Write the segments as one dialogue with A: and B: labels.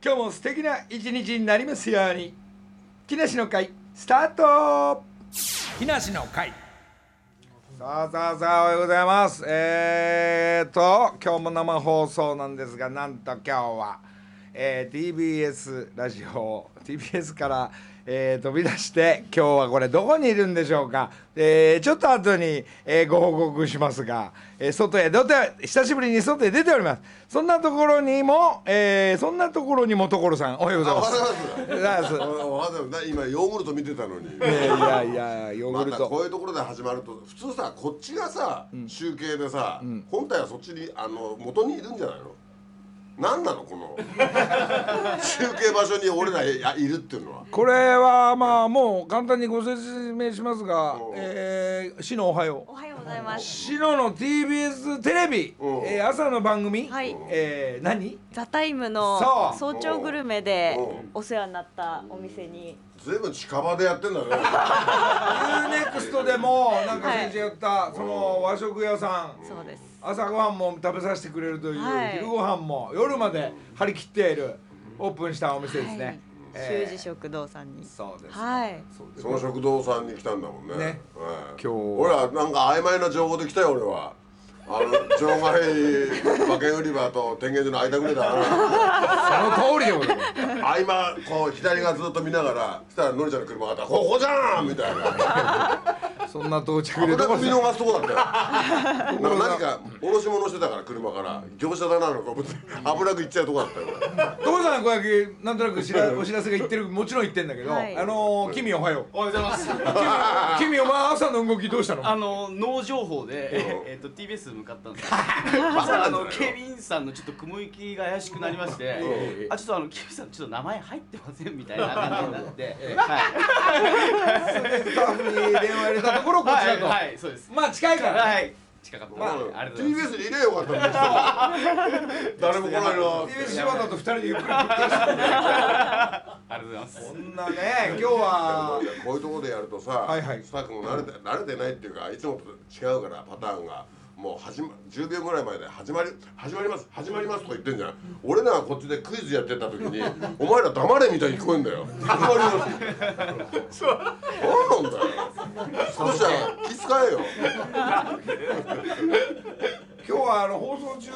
A: 日も素敵な一日になりますように木梨の会スタート
B: 木梨の会
A: さあさあさあおはようございますえー、と今日も生放送なんですがなんと今日は、えー TBS ラジオ TBS から、えー飛び出して今日はこれどこにいるんでしょうか、えーちょっと後に、えーご報告しますが、えー外へ出て久しぶりに外へ出ておりますそんなところにも、えーそんなところにも所さんおはようございます
C: おはよう
A: おはようございます
C: わざわざ今ヨーグルト見てたのに
A: いやいやいやヨー
C: ま
A: グル
C: たこ
A: ト
C: ういうところで始まると普通さこっちがさ集計でさ本体はそっちにあの元にいるんじゃないの何なのこの 集計場所に俺らいやいるっていうのは
A: これはまあもう簡単にご説明しますが
C: おう、
A: えー、シノおはよ
D: おはようございま
A: う
D: す。
A: シノの TBS テレビ
C: おう、
A: えー、朝の番組、
D: はい
A: えー、何
D: ザタイムの
A: そう
D: 早朝グルメで
C: うん
D: お世話になったお店に。
C: 随分近場でやってんだね
A: ?UNEXT でもなんか先週やった、その和食屋さん
D: そうです。
A: 朝ごはんも食べさせてくれるという、
D: はい
A: 昼ごはんも夜まで張り切っているオープンしたお店ですね、
D: はい
A: えー
D: 修二食堂さんに。
A: そうです、
D: はい。
A: そうです
C: その食堂さんに来たんだもんね
A: ね
C: はい
A: 今日
C: 俺はなんか曖昧な情報で来たよ俺はあの場外馬券売り場と天元寺の間ぐらいだな
A: その通りでございます
C: 合間こう左側ずっと見ながらそしたらのりちゃんの車があったら「ここじゃん!」みたいな
A: そんな到着
C: 危
A: で
C: な
A: 所
C: く見
A: さん
C: 逃すとこだったよなんか何か卸し物してたから車から業者だなのか思って危なく行っちゃうとこだったよ
A: 所さんの小焼きなんとなく知らお知らせが言ってるもちろん言ってんだけど、
D: はい
A: あのー、君おはよう
E: おはようございます。
A: 君お前朝の動きどうしたの
E: あの脳情報で、
C: うん
E: えっと TBS 向かったん です。あの警備員さんのちょっと雲行きが怪しくなりまして、あちょっとあの警備員さんちょっと名前入ってませんみたいな感じになって、は
A: スタッフに電話入れたところこちら
E: い
A: と、
E: はいはいそうです。
A: まあ近いから、
E: はい近かった。
C: 俺
E: ありがとうございます。
C: TBS にいれよかったんだけ ど誰も来ないな
A: っていう柴田と二人でゆっくりぶっ通して
E: ありがとうございます。
A: こんなね今日は
C: こういうところでやるとさ、
A: いはい
C: スタッフも慣れて慣れてないっていうかいつもと違うからパターンがもう始ま10秒ぐらい前で始まり「始まります始まります」とか言ってんじゃん俺らがこっちでクイズやってた時 に「お前ら黙れ」みたいに聞こえんだよ始まります何なんだよ少しは気遣えよ
A: 今日はあの放送中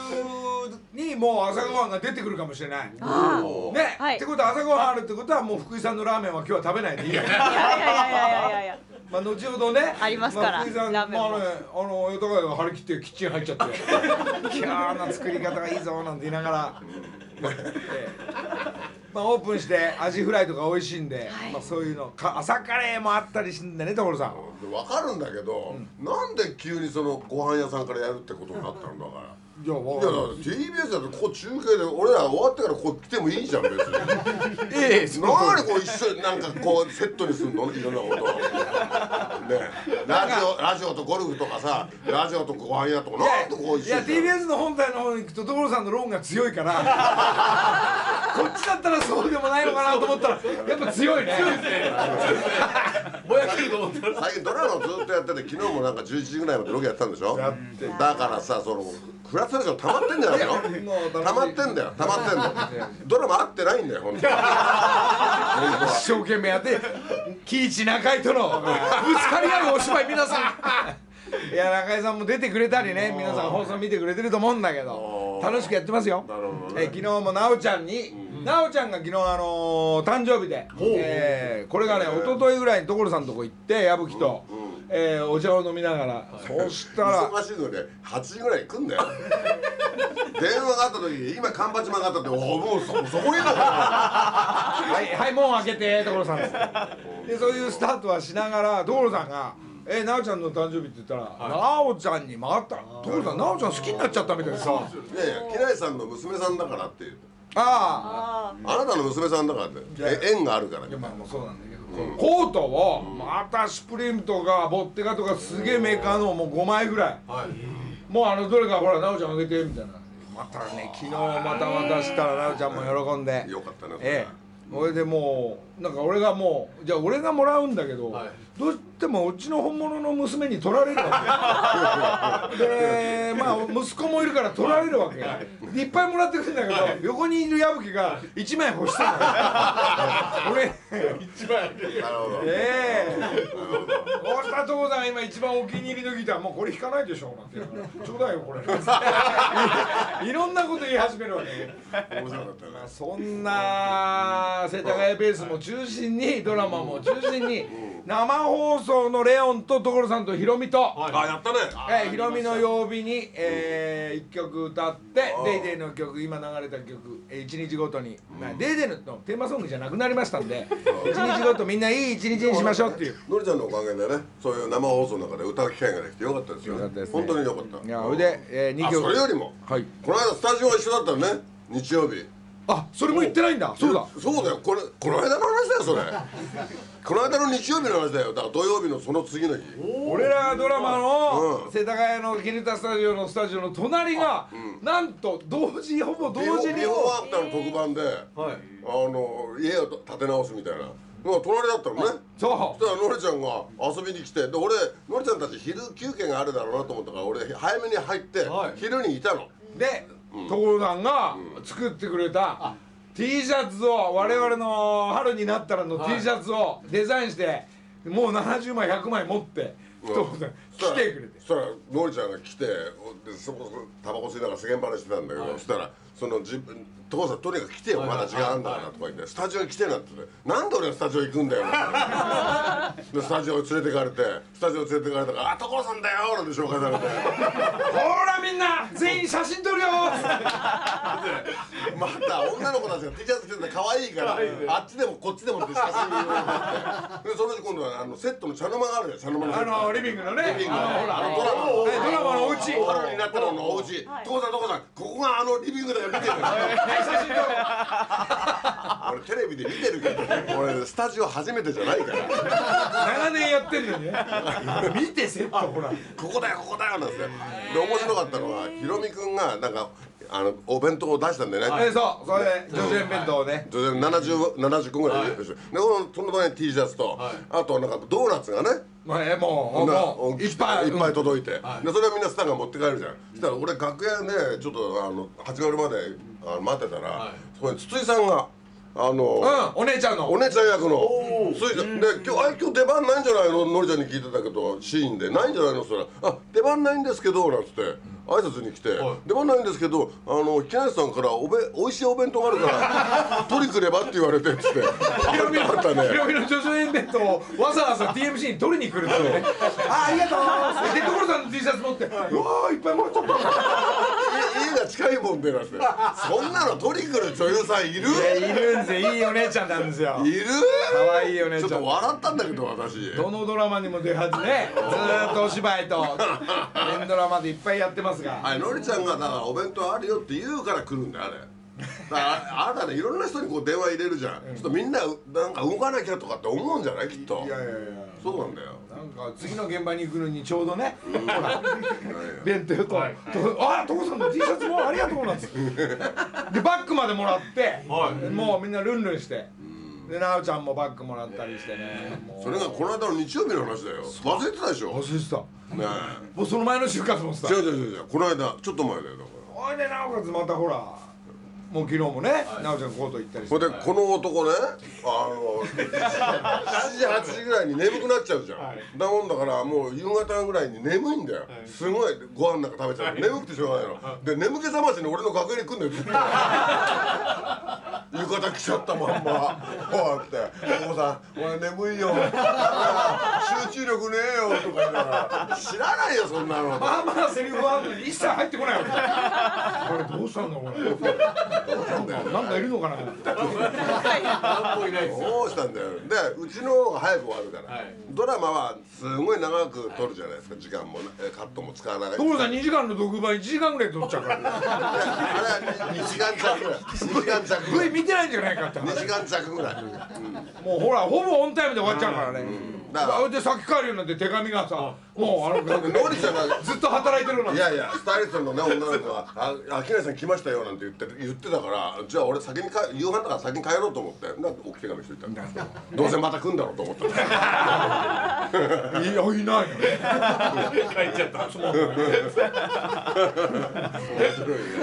A: にもう朝ごはんが出てくるかもしれない
D: あ
A: ね、
D: はい
A: ってことは朝ごはんあるってことはもう福井さんのラーメンは今日は食べないでいいよね
D: あ。いやいやいやいやいやいや。
A: まあ後ほどね
D: ありますから
A: あ、福井さん
D: ラーメン
A: ま
D: も
A: あねあの豊川が張り切ってキッチン入っちゃって「キャーな作り方がいいぞ」なんて言いながら、ええ まあオープンしてアジフライとか美味しいんで、まあそういうのか朝カレーもあったりしてんだね所さん
C: 分かるんだけど、なんで急にそのご飯屋さんからやるってことになったんだから。
A: いや
C: い
A: わ
C: や
A: か
C: だ
A: ん
C: から TBS だとここ中継で俺ら終わってからここ来てもいいじゃん別に。
A: ないええそ
C: なんでこう一緒になんかこうセットにするのいろんなことをねえラジオラジオとゴルフとかさラジオとご飯屋とかなんでこう
A: い
C: 一緒
A: や
C: にするの
A: TBS の本体の方に行くと所さんのローンが強いから こっちだったらそうでもないのかなと思ったらやっぱ強いね
E: ぼやけると思ったら。
C: 最近ドラマをずっとやってて昨日もなんか11時ぐらいまでロケやってたんでしょだからさそのクラスレション溜まってんじゃないの
A: もう
C: 溜まってんだよ溜まってんだよドラマ合ってないんだよ本当に本当は
A: 一生懸命やって喜一中井とのぶつかり合うお芝居皆さんいや中井さんも出てくれたりね皆さん放送見てくれてると思うんだけど楽しくやってますよ
C: なるほどね
A: えー昨日も奈緒ちゃんに奈緒ちゃんが昨日あのー誕生日で、えーこれがね一昨日ぐらいに所さんのとこ行って矢吹と、えーお茶を飲みながらそうしたら
C: 忙しいのにね8時ぐらいに来ん だよ電話があった時に今カンパチマンがあったっておもうそそこにだから
A: はい、はい、門開けて、所さんです。 で、そういうスタートはしながら、所さんが。え、なおちゃんの誕生日って言ったら、なおちゃんに回ったら、所さん、なおちゃん好きになっちゃったみたいでさ。
C: いやいや木梨さんの娘さんだからっていう
A: あ
D: あ
C: あなたの娘さんだからってえ縁があるから
A: あ、いや、まあ、もうそうなんだけど、コートを、またシュプリームとか、ボッテガとか、すげえメーカーの、もう五枚ぐらい。もう、あの、どれか、ほら、なおちゃんあげてみたいな。またね、昨日、また渡したら、なおちゃんも喜んで。
C: よかったねそれ
A: ええ俺でもうなんか俺がもうじゃあ俺がもらうんだけど、 どうしてもうちの本物の娘に取られるわけでまあ息子もいるから取られるわけいっぱいもらってくるんだけど横にいる矢吹が1枚欲 してんの俺
C: なるほど
A: ええ大下父さん今一番お気に入りのギターもうこれ弾かないでしょなんて言うからちょうだいよ これいろんなこと言い始めるわけ
C: 面白かったね
A: まあそんな世田谷ベースも中心にドラマも中心に生放送のレオンと所さんとヒロミと、
C: あやったね
A: えー、ヒロミの曜日に、えー、1曲歌って
C: う
A: 『
C: ん
A: DayDay』の曲今流れた曲、えー、1日ごとに『まあ DayDay』のテーマソングじゃなくなりましたんで1日ごとみんないい1日にしましょうっていう。
C: のりちゃんのおかげでねそういう生放送の中で歌う機会ができてよかったですよ
A: よかったですね
C: 本当によかった
A: いやそれで、えー、2
C: あ
A: 曲
C: それよりも
A: はい
C: この間スタジオが一緒だったのね日曜日
A: あそれも言ってないんだそうだ
C: そうだよこれこの間の話 だよそれこの間の日曜日の話だよだから土曜日のその次の日
A: 俺らがドラマ
C: う
A: の
C: ん
A: 世田谷のキルタスタジオのスタジオの隣が、なんと同時ほぼ同時に
C: ビフォーアフターの特番で、
E: はい
C: あの家を建て直すみたいなのが隣だったのね
A: そ
C: そしたらのりちゃんが遊びに来てで俺のりちゃんたち昼休憩があるだろうなと思ったから俺早めに入って、
E: はい
C: 昼にいたの
A: うで所さんが作ってくれた T シャツを我々の春になったらの T シャツをデザインしてもう70枚100枚持って
C: うん
A: 所さん来てくれて
C: そしたらのりちゃんが来てでそこそこタバコ吸いながら世間話してたんだけど、そしたらその自分「父さんとにかく来てよ、まだ時間あんだから」とか言って、スタジオに来て」なんて言って「なんで俺がスタジオ行くんだよ」 でスタジオ連れてかれてスタジオ連れてかれたから「あ所さんだよ」なんて紹介され
A: ほ
C: て
A: らみんな全員写真撮るよ
C: また女の子たちが T シャツ着てて可愛いからあっちでもこっちでもって写真 を撮ってでその時今度はあのセットの茶の間があるじゃん茶の間のセ
A: あ
C: ット
A: のリビングのね
C: リビングの
A: あのほら
C: あのドラ
A: は
C: マの
A: いドラマのお家
C: 春になったらのお家所さん所さんここがあのリビングだよ見てる俺テレビで見てるけど俺スタジオ初めてじゃないから
A: 長年やってんの にね見てセットほら
C: ここだよここだよなんですよで面白かったのはひろみくんがなんかあのお弁当を出したんだよね
A: えーそうそれで女子園弁当をね
C: それで 70, 70個ぐらいでしょ、でこのその場に T シャツと、あとなんかドーナツがね
A: まあえーもうもういっぱい
C: いっぱい届いて、でそれはみんなスタッフが持って帰るじゃん、そしたら俺楽屋でちょっとあの始まるまであの待ってたら、そこに筒井さんがあ
A: うん
C: の、
A: お姉ちゃんの
C: お姉ちゃん役の筒井さんで今日あ今日出番ないんじゃないののりちゃんに聞いてたけどシーンで「ないんじゃないの?」そしたら「あ出番ないんですけど」なんつって挨拶に来て「出番ないんですけどあの木梨さんからおべおいしいお弁当がある から取りくれば」って言われてっつってあったね
A: ひろみの女子園弁当をわざわざ TMC に取りに来るってね あありがとうで所さんの T シャツ持ってうわーいっぱいもらっちゃった
C: 家家が近いもんでなんてそんなの取り来る女優さんいる
A: いやいるんですよいいお姉ちゃんなんですよ
C: いる
A: 可愛いお姉
C: ちょっ
A: ちゃん
C: と笑ったんだけど私
A: どのドラマにも出はず ねずーっとお芝居 と連ドラマでいっぱいやってますが
C: あれのりちゃんがだからお弁当あるよって言うから来るんだよあれだからああなたねいろんな人にこう電話入れるじゃん、ちょっとみんななんか動かなきゃとかって思うんじゃないきっと
A: いやいやいや
C: そうなんだよ
A: なんか次の現場に行くのにちょうどねほら弁当と、とあ所さんの T シャツもありがとうなんですよでバッグまでもらって、もうみんなルンルンして、で奈緒ちゃんもバッグもらったりしてね、もう
C: それがこの間の日曜日の話だよ忘れてたでしょね
A: 忘れてた
C: え
A: もうその前の就活もさ
C: 違う違う違う違うこの間ちょっと前だよだから
A: ほいでなおかつまたほらもう昨日もね奈緒、ちゃんコート行ったりし
C: そ
A: て
C: れでこの男ねあの7時8時ぐらいに眠くなっちゃうじゃん、だもんだからもう夕方ぐらいに眠いんだよ、すごいご飯なんか食べちゃう、眠くてしょうがないの、で眠気覚ましに俺の楽屋に来んだよ ずっと浴衣着ちゃったまんまこうやって「お父さん俺眠いよ集中力ねえよ」とか言いながら「知らないよそんなの」
A: まあまあセリフはあるのに一切入ってこないわけこれどうしたんだこれ
C: どうしたんだよ
A: なんかいるのかな
E: 何もいないですよ
C: どうしたんだよでうちの方が早く終わるから、ドラマはすごい長く撮るじゃないですか時間もねえカットも使わない
A: 所さん2時間の特番1時間ぐらい撮っちゃうから
C: あれは2時間着ぐらい2時間着ぐら
A: V
C: い
A: 見てないんじゃないかって話
C: 2時間着ぐらい、うん
A: もうほらほぼオンタイムで終わっちゃうからね、
C: だか
A: それで先帰るようになって手紙がさもうあの
C: らノリちゃんが
A: ずっと働いてるの
C: いやいや、スタイリストのね、女の子が、あ、秋成さん来ましたよなんて言って、言ってたから、じゃあ俺先にか、夕飯だから先に帰ろうと思って、なんで置き手紙しといたんだどうせまた来んだろうと思ったんだ
A: いやいないよね
F: 帰っちゃった。
C: 面白い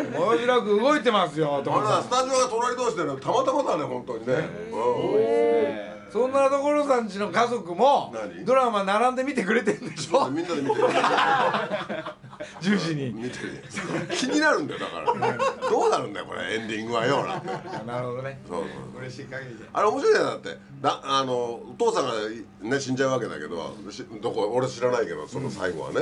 C: ね。
A: 面白く動いてますよと
C: あら、
A: か
C: スタジオが隣同士でね、たまたまだね、本当にね。
A: そんなところさんちの家族も
C: 何
A: ドラマ並んで見てくれてるんでし
C: う
A: ょ
C: ん。みんなで見てる。
A: 10時に
C: 見てる。 気になるんだよ、だから。どうなるんだよ、これ、エンディングはよ、なんて。
A: なるほどね
C: そうそう。
A: 嬉しい限りで
C: あれ面白いじゃんだってだあのお父さんが、ね、死んじゃうわけだけどしどこ俺知らないけどその最後はね、あ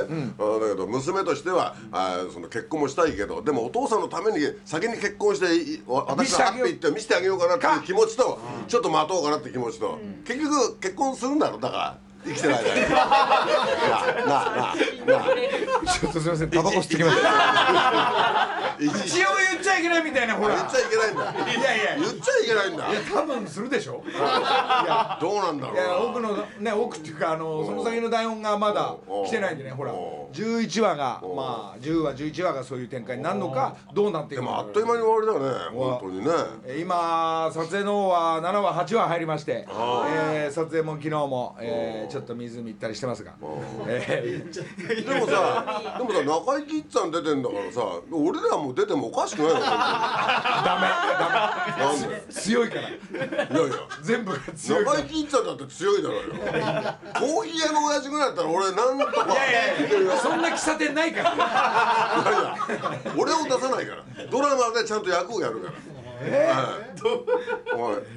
C: だけど娘としてはあその結婚もしたいけどでもお父さんのために先に結婚していわ
A: 見せ
C: 私
A: て
C: が
A: あ
C: ハ
A: げよ
C: ッ
A: う
C: ピーって見せてあげようかなっていう気持ちと、ちょっと待とうかなって気持ちと、結局結婚するんだろだから生きてない 間になあなあなあ
A: ちょっとすいませんタバコ吸ってきました
C: 一
A: 一応言っちゃいけないみたいなほ
C: 言
A: ら
C: っちゃいけないんだ
A: いやいやい
C: 言っちゃいけないんだ
A: や多分するでしょ
C: どうなんだろ
A: いう
C: な
A: や奥のね奥っていうかあのその先の台本がまだ来てないんでねほら
C: お
A: 11話がまあ10話11話がそういう展開になるのかどうなってい
C: で
A: くの
C: もあ
A: か
C: っという間に終わりだよね
A: うわ
C: 本当にね
A: えー今撮影の方は7話8話入りまして、えー撮影も昨日も、えーちょっと湖行ったりしてますが、えー
C: でもさ、でもさ、中井貴一さん出てんだからさ、俺らも出てもおかしくないよ。本
A: ダメ
C: 当になんで
A: ダメ強いから
C: いやいや。
A: 全部が強いか
C: 中
A: ら
C: 井貴一さんだって強いだろうよ。コーヒー屋の親父ぐらいだったら俺なんとか。いやいやいや
A: そんな喫茶店ないから
C: 俺を出さないから。ドラマでちゃんと役をやるから。はい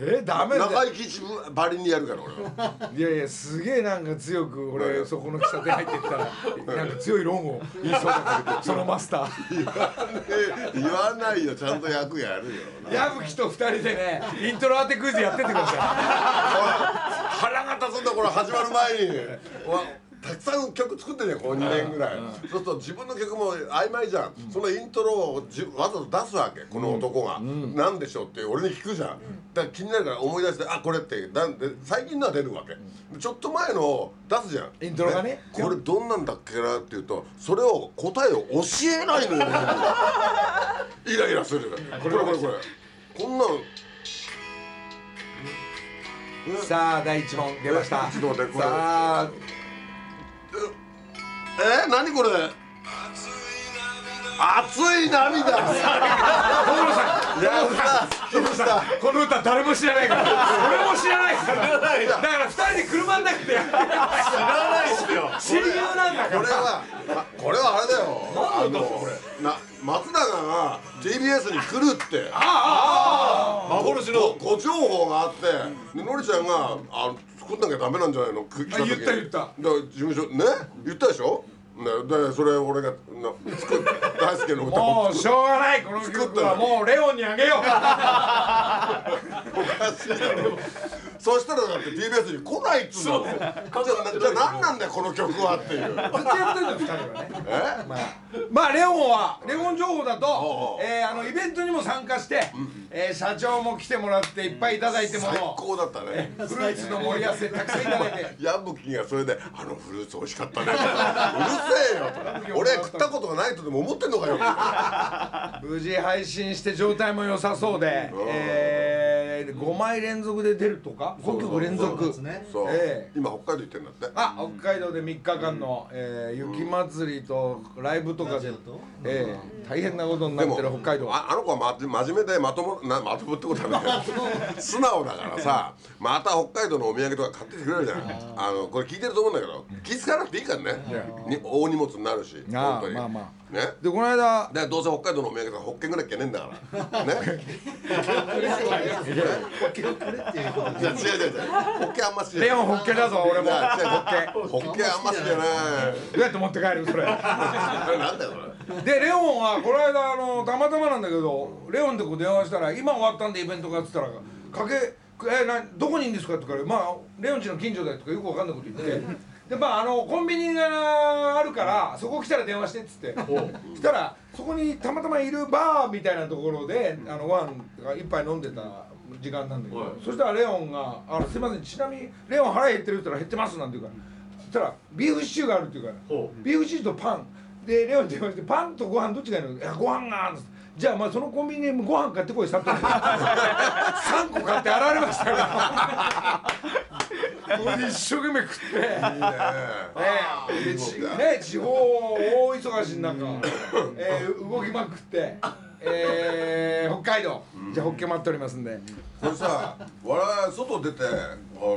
A: えー、ダ
C: おい
A: メだ
C: 中井貴一ばりにやるから俺は。
A: いやいやすげえなんか強く俺そこの喫茶店入ってったらなんか強い論を言いそうだけどそのマスター
C: 言わないよ、ちゃんと役やるよ。
A: 矢吹と二人でねイントロ当てクイズやってってくださ
C: 腹が立つんだこれ始まる前に わたくさん曲作ってんじゃんこう2年ぐらい、そうすると自分の曲も曖昧じゃん、そのイントロをじわざと出すわけこの男が、何でしょうって俺に聞くじゃん、だから気になるから思い出してあこれってなんで最近のは出るわけ、ちょっと前のを出すじゃん
A: イントロがね
C: これどんなんだっけなっていうとそれを答えを教えない のよイライラするこれこれこれこんなん
A: いさあ第一問出ま した
C: ちょっと待ってこれ
A: さあ
C: えー、何これ熱い涙熱い涙
A: 所さん
C: やった来た
A: この歌誰も知らないから俺も知らないからだから二人で車の中でやって知らないですよ親友なんだ
C: これはあこれはあれだよあのな松永が TBS に来るって
F: 幻
C: ご
F: の。
C: ご情報があってでのりちゃんがあ作んなきゃダメなんじゃないの来来時に
A: あ言った言った
C: だから事務所ね言ったでしょね、でそれ俺がな作っ大輔の歌
A: も
C: を
A: う
C: 作
A: しょうがないこの曲はもうレオンにあげよう
C: おかしいだろそしたらだって TBS に来ないっつうんだもんじゃあじゃあ何なんだよこの曲はっていう
A: ずっとやってんだよ二人はね
C: え
A: まあ、まあレオンはレオン情報だ
C: おうお
A: と
C: う、
A: えーあのイベントにも参加して、えー社長も来てもらっていっぱいいただいても
C: 最
A: の
C: 高だったね
A: フルーツの盛り合わせたくさんいただいて
C: 矢吹がそれで「あのフルーツ美味しかったね」うるせえよ俺は食ったことがないとでも思ってんのかよ
A: 無事配信して状態も良さそうで、えー、5枚連続で出るとか5曲連続
C: そうそうそう
A: ええ
C: 今北海道行ってんだって
A: あ北海道で3日間の、えー雪祭りとライブとかで、ええ大変なことになってる北海道は
C: ああの子はまじ真面目でまともなまともってことはない素直だからさまた北海道のお土産とか買ってきてくれるじゃないあのこれ聞いてると思うんだけど気付かなくていいからねに大荷物になるし
A: ああ
C: 本当に
A: まあま
C: ね
A: でこの 間
C: でどうせ北海道のお土産とか北県ぐらいっきゃねえん だからねいや違う違う違うホッケあんま好きじゃない
A: レオンホッケだぞ俺も
C: いや違うホッケ
A: ホッケ
C: ホッケあんま好きじゃない
A: どうやって持って帰るそれ
C: あれなんだよそ れ
A: でレオンはこの間あのたまたまなんだけどレオンでこう電話したら「今終わったんでイベントが」っつったら「かけえなどこにいるんですか?」って言うから「まあレオン家の近所だよ」とかよくわかんないこと言ってでまああのコンビニがあるからそこ来たら電話してっつってそしたらそこにたまたまいるバーみたいなところであのワンが一杯飲んでた時間なんだけど、
F: はい
A: そしたらレオンが「あのすいませんちなみにレオン腹減ってる人ら減ってます」なんて言うからそしたら「ビーフシチューがある」って言うから、
F: ほ
A: ビーフシチューとパンでレオンに電話して「パンとご飯どっちがいいの?」いや「ご飯が」じゃあまあそのコンビニでご飯買ってこいさって 三個買って現れましたから これで一生懸命食ってねえでちね地方大忙しの中、えー、動きまくって、えー、北海道じゃあホッケ待っておりますんで
C: これさ我々外出てあ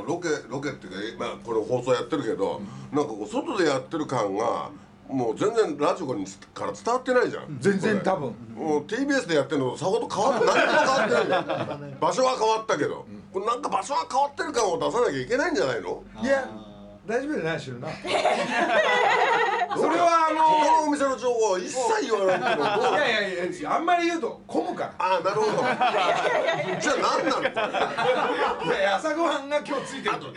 C: ロケロケっていうか、まあ、これ放送やってるけどなんかこう外でやってる感がもう全然ラジコにから伝わってないじゃん
A: 全然
C: これ
A: 多分
C: もう TBS でやってるのとさほど変わって何も変わってない場所は変わったけど、これなんか場所は変わってる感を出さなきゃいけないんじゃないの
A: いや大丈夫じゃないしろな
C: それはあの他のお店の情報は一切言わないけどどう
A: い やいやいやあんまり言うと混むから
C: ああなるほど じゃあ何なのこれ
A: いやいや朝ごはんが今日ついてる
C: あとラ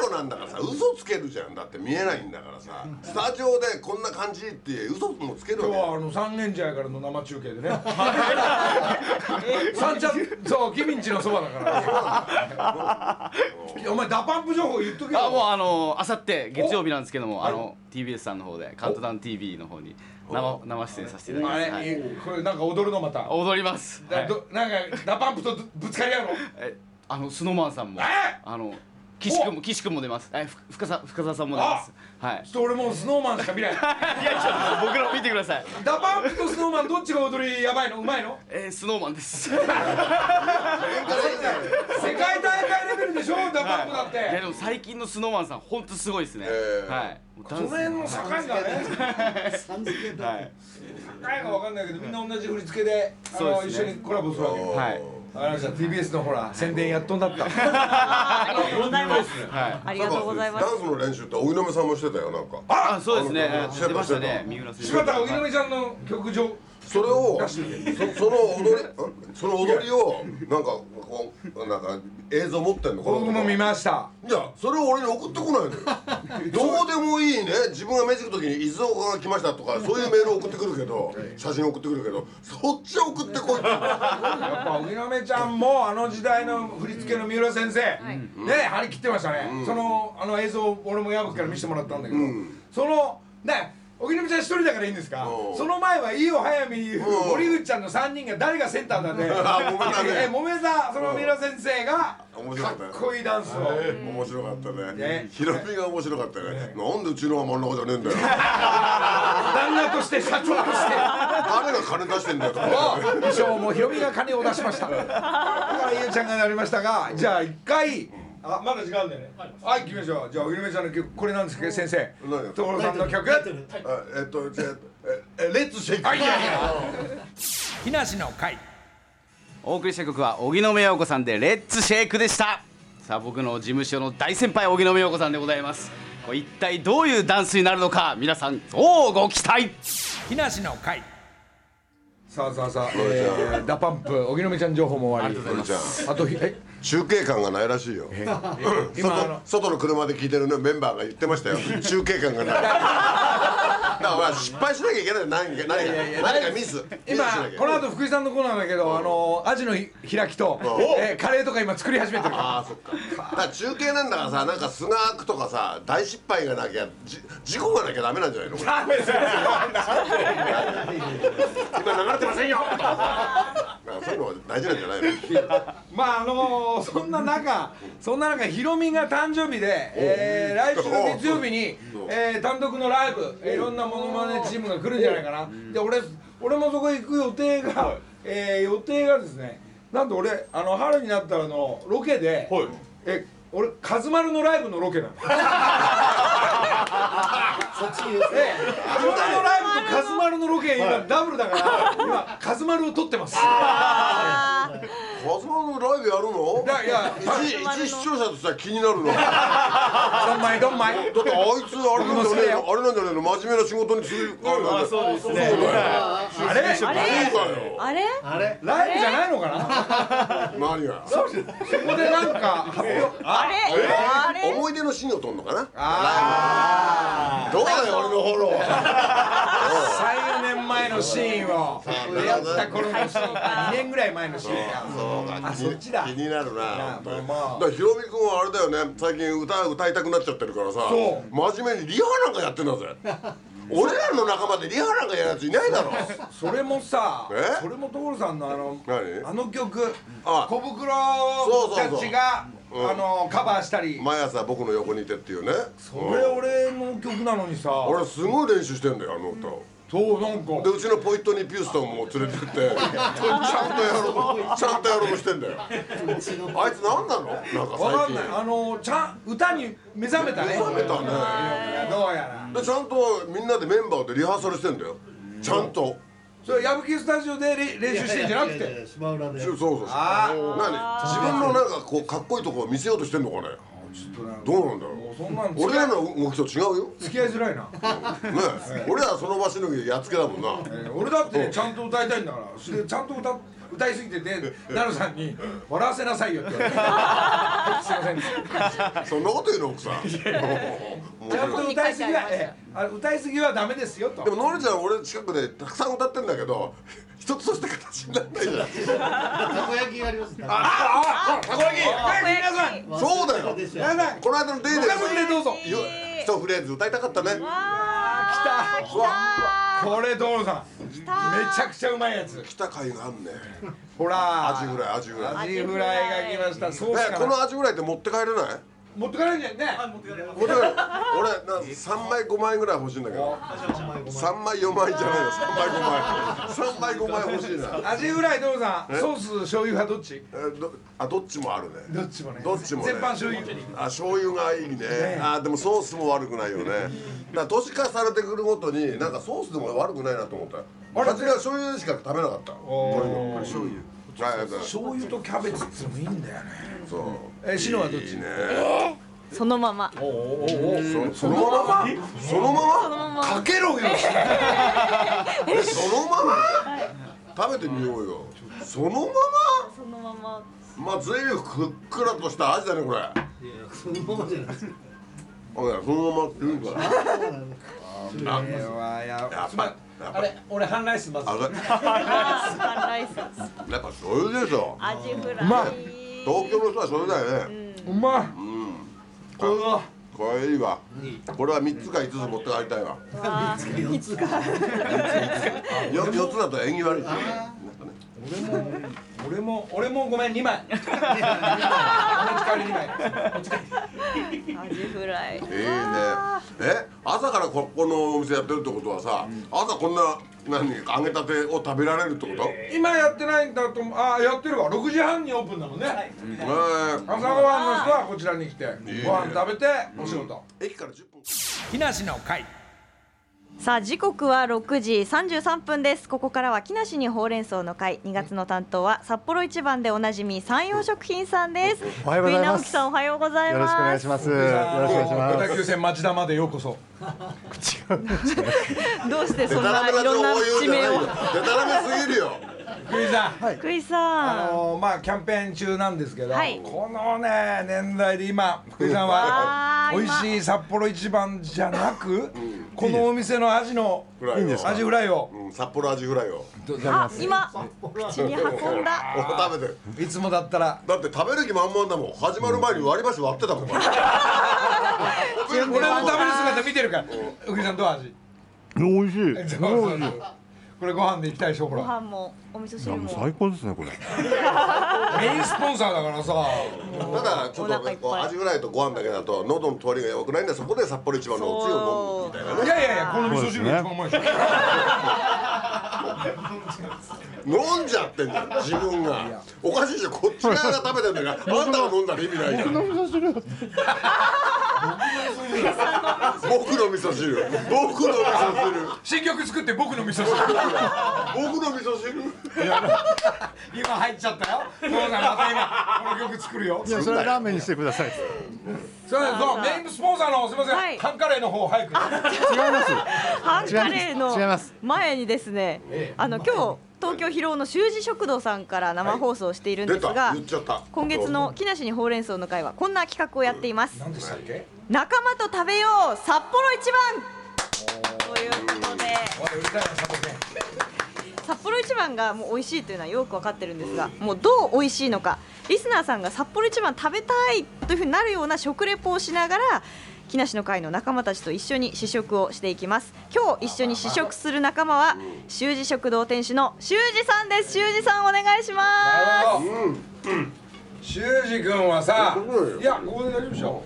C: ジオなんだからさ嘘つけるじゃんだって見えないんだからさスタジオでこんな感じって嘘もつける
A: 今日は
C: わ
A: あの三軒茶屋からの生中継で ね三茶そう君んちのそばだからお前ダパンプ情報言っとけよ
E: あもうあのあさって月曜日なんですけどもあの TBS さんの方で「カウントダウン TV」の方に生生出演させていただきます、
A: あ
E: は
A: れ
E: い、
A: これなんか踊るのまた
E: 踊ります、は
A: だ
E: い、
A: どなんかダパンプとぶつかり合うの
E: えあのスノーマンさんも
A: え
E: あの岸君も岸君も出ますえふ深澤深澤さんも出ますはい
A: ちょっと俺もうスノーマンしか見ない
E: いやちょっと僕の見てください
A: ダパンプとスノーマンどっちが踊りやばいのうまいの
E: えー、スノーマンです
A: 世界大会レベルでしょダパンプだって、
E: いやでも最近のスノーマンさん本当すごいですね、
C: えー
E: はい
A: その辺の境がね
G: さん付けだ
E: はい
A: 境がわかんないけどみんな同じ振り付けであ
E: そ
A: の
E: うです
A: 一緒
E: ね
A: にコラボするわけよ
E: はい
A: わかりました TBS のほら宣伝やっとんだった
D: ありがとうございます。
E: はい
D: ありがとうございま
C: ダンスの練習って荻野目さんもしてたよなんか
E: あそうですね
C: あの
E: 出ましたね三浦選手
A: 柴田荻野ちゃんの曲上
C: それを そその踊りんその踊りをなんかこうなんか映像持ってんの
A: 僕も見
C: す
A: ました
C: じゃあそれを俺に送ってこないのよ どうでもいいね自分が飯行く時に「伊豆岡が来ました」と かそういうメール送ってくるけど写真送ってくるけどそっち送ってこいって
A: やっぱ荻野目ちゃんもあの時代の振り付けの三浦先生、
D: い
A: ね張り切ってましたね、そのあの映像を俺も矢吹から見せてもらったんだけど、そのね荻野目ちゃん一人だからいいんですか
C: うん
A: その前は飯尾早見優
C: うん
A: 堀口ちゃんの3人が誰がセンターだね
C: あ揉めたね
A: え揉めたその三浦先生が
C: 面白
A: かっ
C: かったよ
A: こいいダンスを、
C: 面白かったね
A: ね
C: ヒロミが面白かったねなんでうちのは真ん中じゃねえんだよ
A: 旦那として社長として
C: 誰が金出してんだよとか
A: 衣装もヒロミが金を出しましただからゆうちゃんがなりましたがじゃあ一回あまだ時間あるんだよねはい行きましょうじゃあ荻野目ちゃんの曲これなんですけど先生
C: 何
A: 所さんの曲
C: あえっとじゃあええレッツシェイク
A: はいいやいや
B: 木梨の会
E: お送りした曲は荻野目洋子さんで「レッツシェイク」でしたさあ僕の事務所の大先輩荻野目洋子さんでございますこれ一体どういうダンスになるのか皆さんおうご期待
B: 木梨の会
A: さあさあさあ、えー、ダパンプ荻野目ちゃん情報も終わり
C: これじゃあ
A: あとひえ
C: 中継感がないらしいよ
A: 今あの
C: 外外の車で聞いてるねメンバーが言ってまし たよ中継感がないだからまあ失敗しなきゃいけない何か何か何かミス
A: 今
C: ミスしなきゃ
A: この後福井さんのコーナーだけどあのアジのひ開きと、えーカレーとか今作り始めてるから
C: ああそっかだから中継なんだからさなんかスナークとかさ大失敗がなきゃじ事故がなきゃダメなんじゃないのこれ今流れてませんよとかなんかそういうのは大事なんじゃないの
A: まああのそんな中そんな中ヒロミが誕生日で、えー、来週の月曜日に
C: お、
A: えー、単独のライブえーいろんなモノマネチームが来るんじゃないかなで俺俺もそこ行く予定が、えー、予定がですねなんと俺あの春になったらのロケで、
F: はい
A: え俺カズマルのライブのロケなの。
G: そっち言う
A: で、カズマルのライブとカズマルのロケ今ダブルだから今カズマルを撮ってます。
C: カズマのライブやるの
A: いやいや
C: 一一視聴者としては気になるな
A: どんまいどんまい。
C: だってあいつあれなんじゃねえのあれなんじゃねえの真面目な仕事についあれそうですねそうだよ
A: あれ
C: そうだよ
D: あれ？
G: あれ
A: ライブじゃないのかな。
C: 何が
A: そこでなんか発表
D: あれ？あれ？
C: 思い出のシーンを撮んのかな
A: あ
C: どうだよ俺のフォロー
A: あ34年前前のシーンを出会った頃のシーン2年ぐらい前のシーン
C: あ
A: か
C: そ
A: あ
C: うか気に
A: そっちだ
C: 気になるな
A: なあ
C: 本当に
A: まあまあ
C: だからヒロミ君はあれだよね最近歌歌いたくなっちゃってるからさ
A: そう
C: 真面目にリハなんかやってんだ ぜ俺らの仲間でリハなんかやるやついないだろ
A: それもさ
C: え
A: それも所さんのあの
C: 何
A: あの曲
C: あ
A: 小袋
C: そうそう
A: た
C: そう
A: ちが
C: うん
A: あのカバーしたり
C: 毎朝僕の横にいてっていうね
A: それ俺の曲なのにさ
C: 俺すごい練習してんだよあの歌を
A: そうなんか
C: でうちのポイントにピューストンも連れてってちゃんとやろうちゃんとやろうとしてんだよあいつ何なのなんか
A: わか
C: 最
A: ん
C: 近
A: ないあのちゃん歌に目覚めたね
C: 目覚めたね
A: どうやら
C: でちゃんとみんなでメンバーでリハーサルしてんだよちゃんと
A: それ矢吹スタジオでれ練習してんじゃなくて
G: て島浦で
C: そうそう
A: あ
C: 何自分のなんかこうかっこいいとこを見せようとしてんのかねどうなんだろ
A: も
C: う
A: うそんなの付
C: 俺
A: き合
C: ら
A: い
C: の動きと違うよね
A: 付き合いづら いな
C: 俺らはその場しのぎでやっつけだもんな
A: えー俺だってねちゃんと歌いたいんだからそれちゃんと歌っ歌いすぎてて奈良さんに「笑わせなさいよ」って言われ て「すいません」
C: そんなこと言うの奥さんもう
A: ちゃんと歌いすぎは、えーあ歌いすぎはダメですよと
C: でものりちゃん俺近くでたくさん歌ってんだけど一つとして形にならないじゃん
G: たこ焼きやります
A: あああたこ焼き早く皆さん
C: そうだよ
A: 皆さん
C: この間のデイデイ
A: ご家族でどうぞ
C: よ一フレーズ歌いたかったね
A: あ
D: 来た
A: これどうさんめちゃくちゃうまいやつ
C: 来た甲斐があんね
A: ほら
C: アジフライアジフラ
A: ア
C: イ
A: ジフライが来ましたソース
C: ね
A: か
C: この
A: な
C: アジフライって持って帰れない
A: 持ってかれんじゃんね
C: 持って帰る俺な3枚5枚ぐらい欲しいんだけど3枚4枚じゃないよ3枚5枚3枚5枚欲しいな
A: アジフライどうさんソース醤油派どっち
C: えどあどっちもあるね
A: どっちもね
C: どっちもね
A: 全般醤油
C: あ醤油がいいねあでもソースも悪くないよねだから都市化されてくるごとになんかソースでも悪くないなと思った
A: あれ
C: 初めは醤油でしか食べなかった
A: おー
C: 醤油はいありがとうございます
A: 醤油とキャベツってのもいいんだよね
C: そう
A: えシノはどっち
C: いいね
D: そのまま
C: そそのままそのまま
A: かけ ろよ
C: えそのまま食べてみようよそのま
D: そのまま
C: ままあ随分ふっくらとした味だねこれあ
G: そのままじゃないですか
C: いやそのままって言うからや
A: これはや
C: っぱやっぱ
H: あれ俺ハンライスまず
C: あれ
D: ハンライス
C: やっぱ醤油でしょ
D: アジフラ
A: まい
D: イ
C: 東京の人はそれだよね、
A: うまいこれは
C: これいいわこれは3つか5つ持って帰りたいわ
G: 4つか
C: よ4つだと縁起悪いしなんかね
A: 俺も俺もごめん二枚お持ち帰り二枚
D: アジフライ
C: いいねえ朝からここのお店やってるってことはさ、朝こんな何揚げたてを食べられるってこと、え
A: 今やってないんだと思うあやってるわ六時半にオープンだもんね
C: え
A: 朝ごはんの人はこちらに来て
C: ね
A: ご飯食べてお仕事
C: 駅から10分
B: 木梨の会
D: さあ時刻は6時33分ですここからは木梨にほうれん草の会2月の担当は札幌一番でおなじみ山陽食品さんです
I: おはようございます
D: 福井直樹さんおはようござい
I: よ
D: ます
I: ろしくお願いします。よろしくお願いしま
A: 小田急線町田までようこそ
D: どうして
C: で
D: そん
C: たら
D: ない
C: めな情
D: ろんな
C: 報言うんじ
D: 地
C: ゃない
D: 名
C: よ
D: を
C: でたらめすぎるよ
A: 福井さん
D: 福井さ
A: あ
D: ん、
A: のーまあキャンペーン中なんですけど、
D: はい
A: このね年代で今福井さんは
D: わー
A: 美味しい札幌一番じゃなく、このお店のアジの
C: フライを
A: アジフライを
C: うん、札幌アジフライを
D: あ今口に運んだ
C: お食べてる
A: いつもだったら
C: だって食べる気満々だもん始まる前に割り箸割ってたもん
A: 俺の食べる姿見てるから福井さんどう味
I: す。美味しい。
A: そうそうそうこれご飯で行きたいでしょほ
D: ご
A: ら
D: 飯もお味噌
I: いや
D: 汁
I: もう
D: も
I: 最高ですねこれ。
A: メインスポンサーだからさ
C: ただちょっ
D: お腹
C: と
D: いっぱい
C: こうアジフライとご飯だけだと喉の通りが良くないんでそこで札幌一番のおつゆを飲むみたいな
A: や
C: い
A: いやいやこの味噌汁が一番うまいでしょ
C: 飲んじゃってんじゃん自分がおかしいでしょこっち側が食べてんだからあんたが飲んだら意味ないじ ゃん僕の味噌汁僕の味噌汁
A: 新曲作って僕の味噌汁
C: 僕の味噌汁
A: 今入っちゃったよ父さんまた今この曲作るよ
I: いやそれはラーメンにしてください。違い
A: そうそうメインスポンサーのすみません、
D: はい
A: カンカレーの方早く
I: ます。
D: ハンカレーの
I: 違います
D: 前にですねあの今日東京広尾の修士食堂さんから生放送しているんで
C: 出
D: す
C: た
D: が
C: 言っちゃった
D: 今月の木梨にほうれん草の会はこんな企画をやっています
A: 何でしたっけ
D: 仲間と食べよう札幌一番ということで
A: おい、うるさいな、サボテン。
D: さんがもう美味しいというのはよく分かってるんですがもうどう美味しいのかリスナーさんが札幌一番食べたいというふうになるような食レポをしながら木梨の会の仲間たちと一緒に試食をしていきます今日一緒に試食する仲間は修二食堂店主の修二さんです修二さんお願いしま
A: な
D: す
A: るほど修二君はさ
C: どうよ
A: いやここで大丈夫でしょ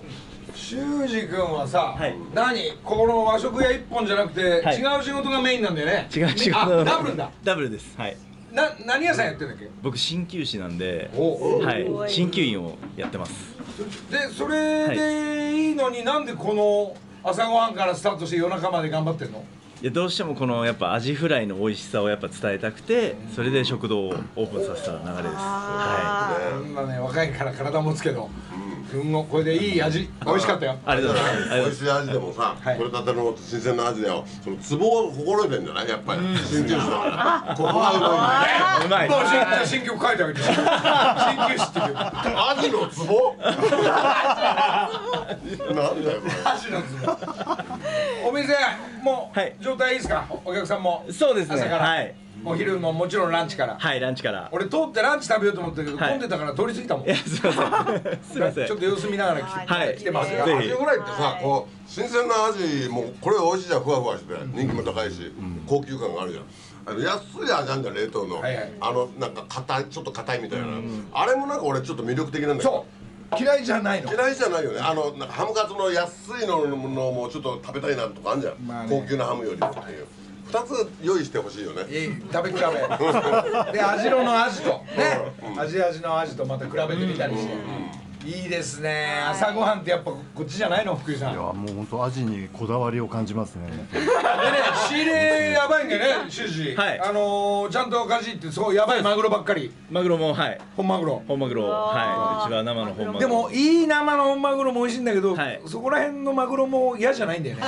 A: 修二君はさ、
H: はい
A: 何ここの和食屋一本じゃなくて、
H: はい
A: 違う仕事がメインなんだよね
H: 違う仕
A: あ
H: 事
A: ダブルだ
H: ダブルですはい
A: な何屋さんやってんだっけ
H: 僕鍼灸師なんで
A: お
H: はい鍼灸院をやってます
A: でそれでいいのになんでこの朝ごはんからスタートして夜中まで頑張ってんの
H: いやどうしてもこのやっぱアジフライの美味しさをやっぱ伝えたくてそれで食堂をオープンさせた流れですは
D: あ
A: そんなね若いから体持つけど、うん、ごこれでいい味美味しかったよ
H: いありがとうございますあり
C: 美味しい味
H: がとうご
C: でもさ、
A: はい
C: 取れたての新鮮な味だよそのツボを心得てんじゃないやっぱり新旧師だここがうまいんだよ
H: ざいますうまい
A: もう新新曲書いてあげて新曲知ってるよ
C: アジのツボなんだよこれ
A: 箸のつもりお店も
H: はいう
A: 状態いいですかお客さんも
H: そうですね
A: 朝から
H: はい
A: お昼ももちろんランチから
H: はいラン チから
A: 俺通ってランチ食べようと思ったけど
H: はい
A: 混んでたから通り過ぎたもん
H: いやすいませんすいません
A: ちょっと様子見ながら来て
H: はい
A: 来てますが
H: ぜ
C: ア
H: ひ
C: ジフライってさ、こう新鮮なアジもこれ美味しいじゃんふわふわして人気も高いし、高級感があるじゃんあの安い味あんじゃん冷凍の、
A: はいはい
C: あのなんか硬いちょっと硬いみたいな、あれもなんか俺ちょっと魅力的なんだけど
A: そう嫌いじゃないの
C: 嫌いじゃないよねあのなんかハムカツの安いののもちょっと食べたいなとかあんじゃん、
A: まあね
C: 高級なハムよりもっていう2つ用意してほしいよね
A: いい食べ比べで味のの味とね味味の味とまた比べてみたりしていいですね朝ごはんってやっぱこっちじゃないの福井さん
I: い
A: で
I: や
A: ね
I: もう本当アジにこだわりを感じますね
A: 仕入れやばいんだよね主人
H: はい
A: あのーちゃんとかじってすごいやばいマグロばっかり
H: マグロもはい
A: 本マグロ
H: 本マグロはい一番生の本マグロ
A: でもいい生の本マグロも美味しいんだけど、
H: はい
A: そこら辺のマグロも嫌じゃないんだよ ね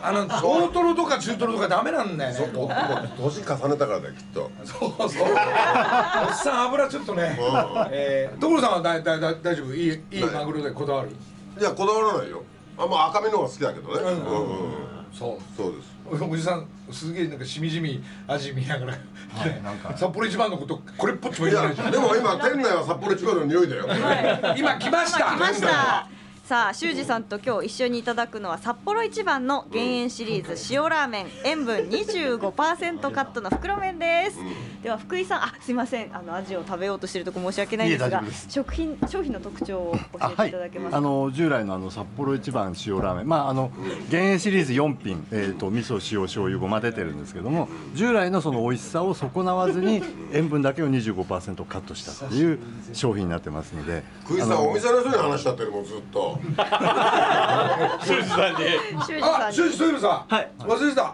A: あの大トロとか中トロとかダメなんだよね
C: もう年重ねたからだよきっと
A: そうそう。おっさん油ちょっとね。えー、所さんはだいだいだい大丈夫。いいいいマグロでこだわる。
C: いやこだわらないよあんま赤身の方が好きだけどね、うんうんうん、
A: そう。
C: そうです
A: おじさんすげえなんかしみじみ味見ながら、札幌一番のことこれっぽっちも
C: い
A: 言ってな
C: や
A: いじゃん
C: で も今店内は札幌一番の匂いだよ。
A: 今来ました
D: 来ました。さあ修二さんと今日一緒にいただくのは札幌一番の減塩シリーズ塩ラーメン塩分25%カットの袋麺です、では福井さんあすいませんあのアジを食べようとしてるとこ申し訳ないんです
I: いえ大
D: が
I: 丈夫です
D: 食品商品の特徴を
I: あ
D: 教え
I: は
D: てい
I: い
D: ただけますか、
I: あの従来のあの札幌一番塩ラーメンまああの減塩シリーズ4品えっ、と味噌塩醤油ごま出てるんですけども従来のその美味しさを損なわずに塩分だけを25%カットしたっていう商品になってますので
C: クイズさんお店の人に話しちゃってるもんずっと。
D: 修二さ
A: あ、
D: ん
A: 修士そういえばさ、
H: はい
A: 忘れてた。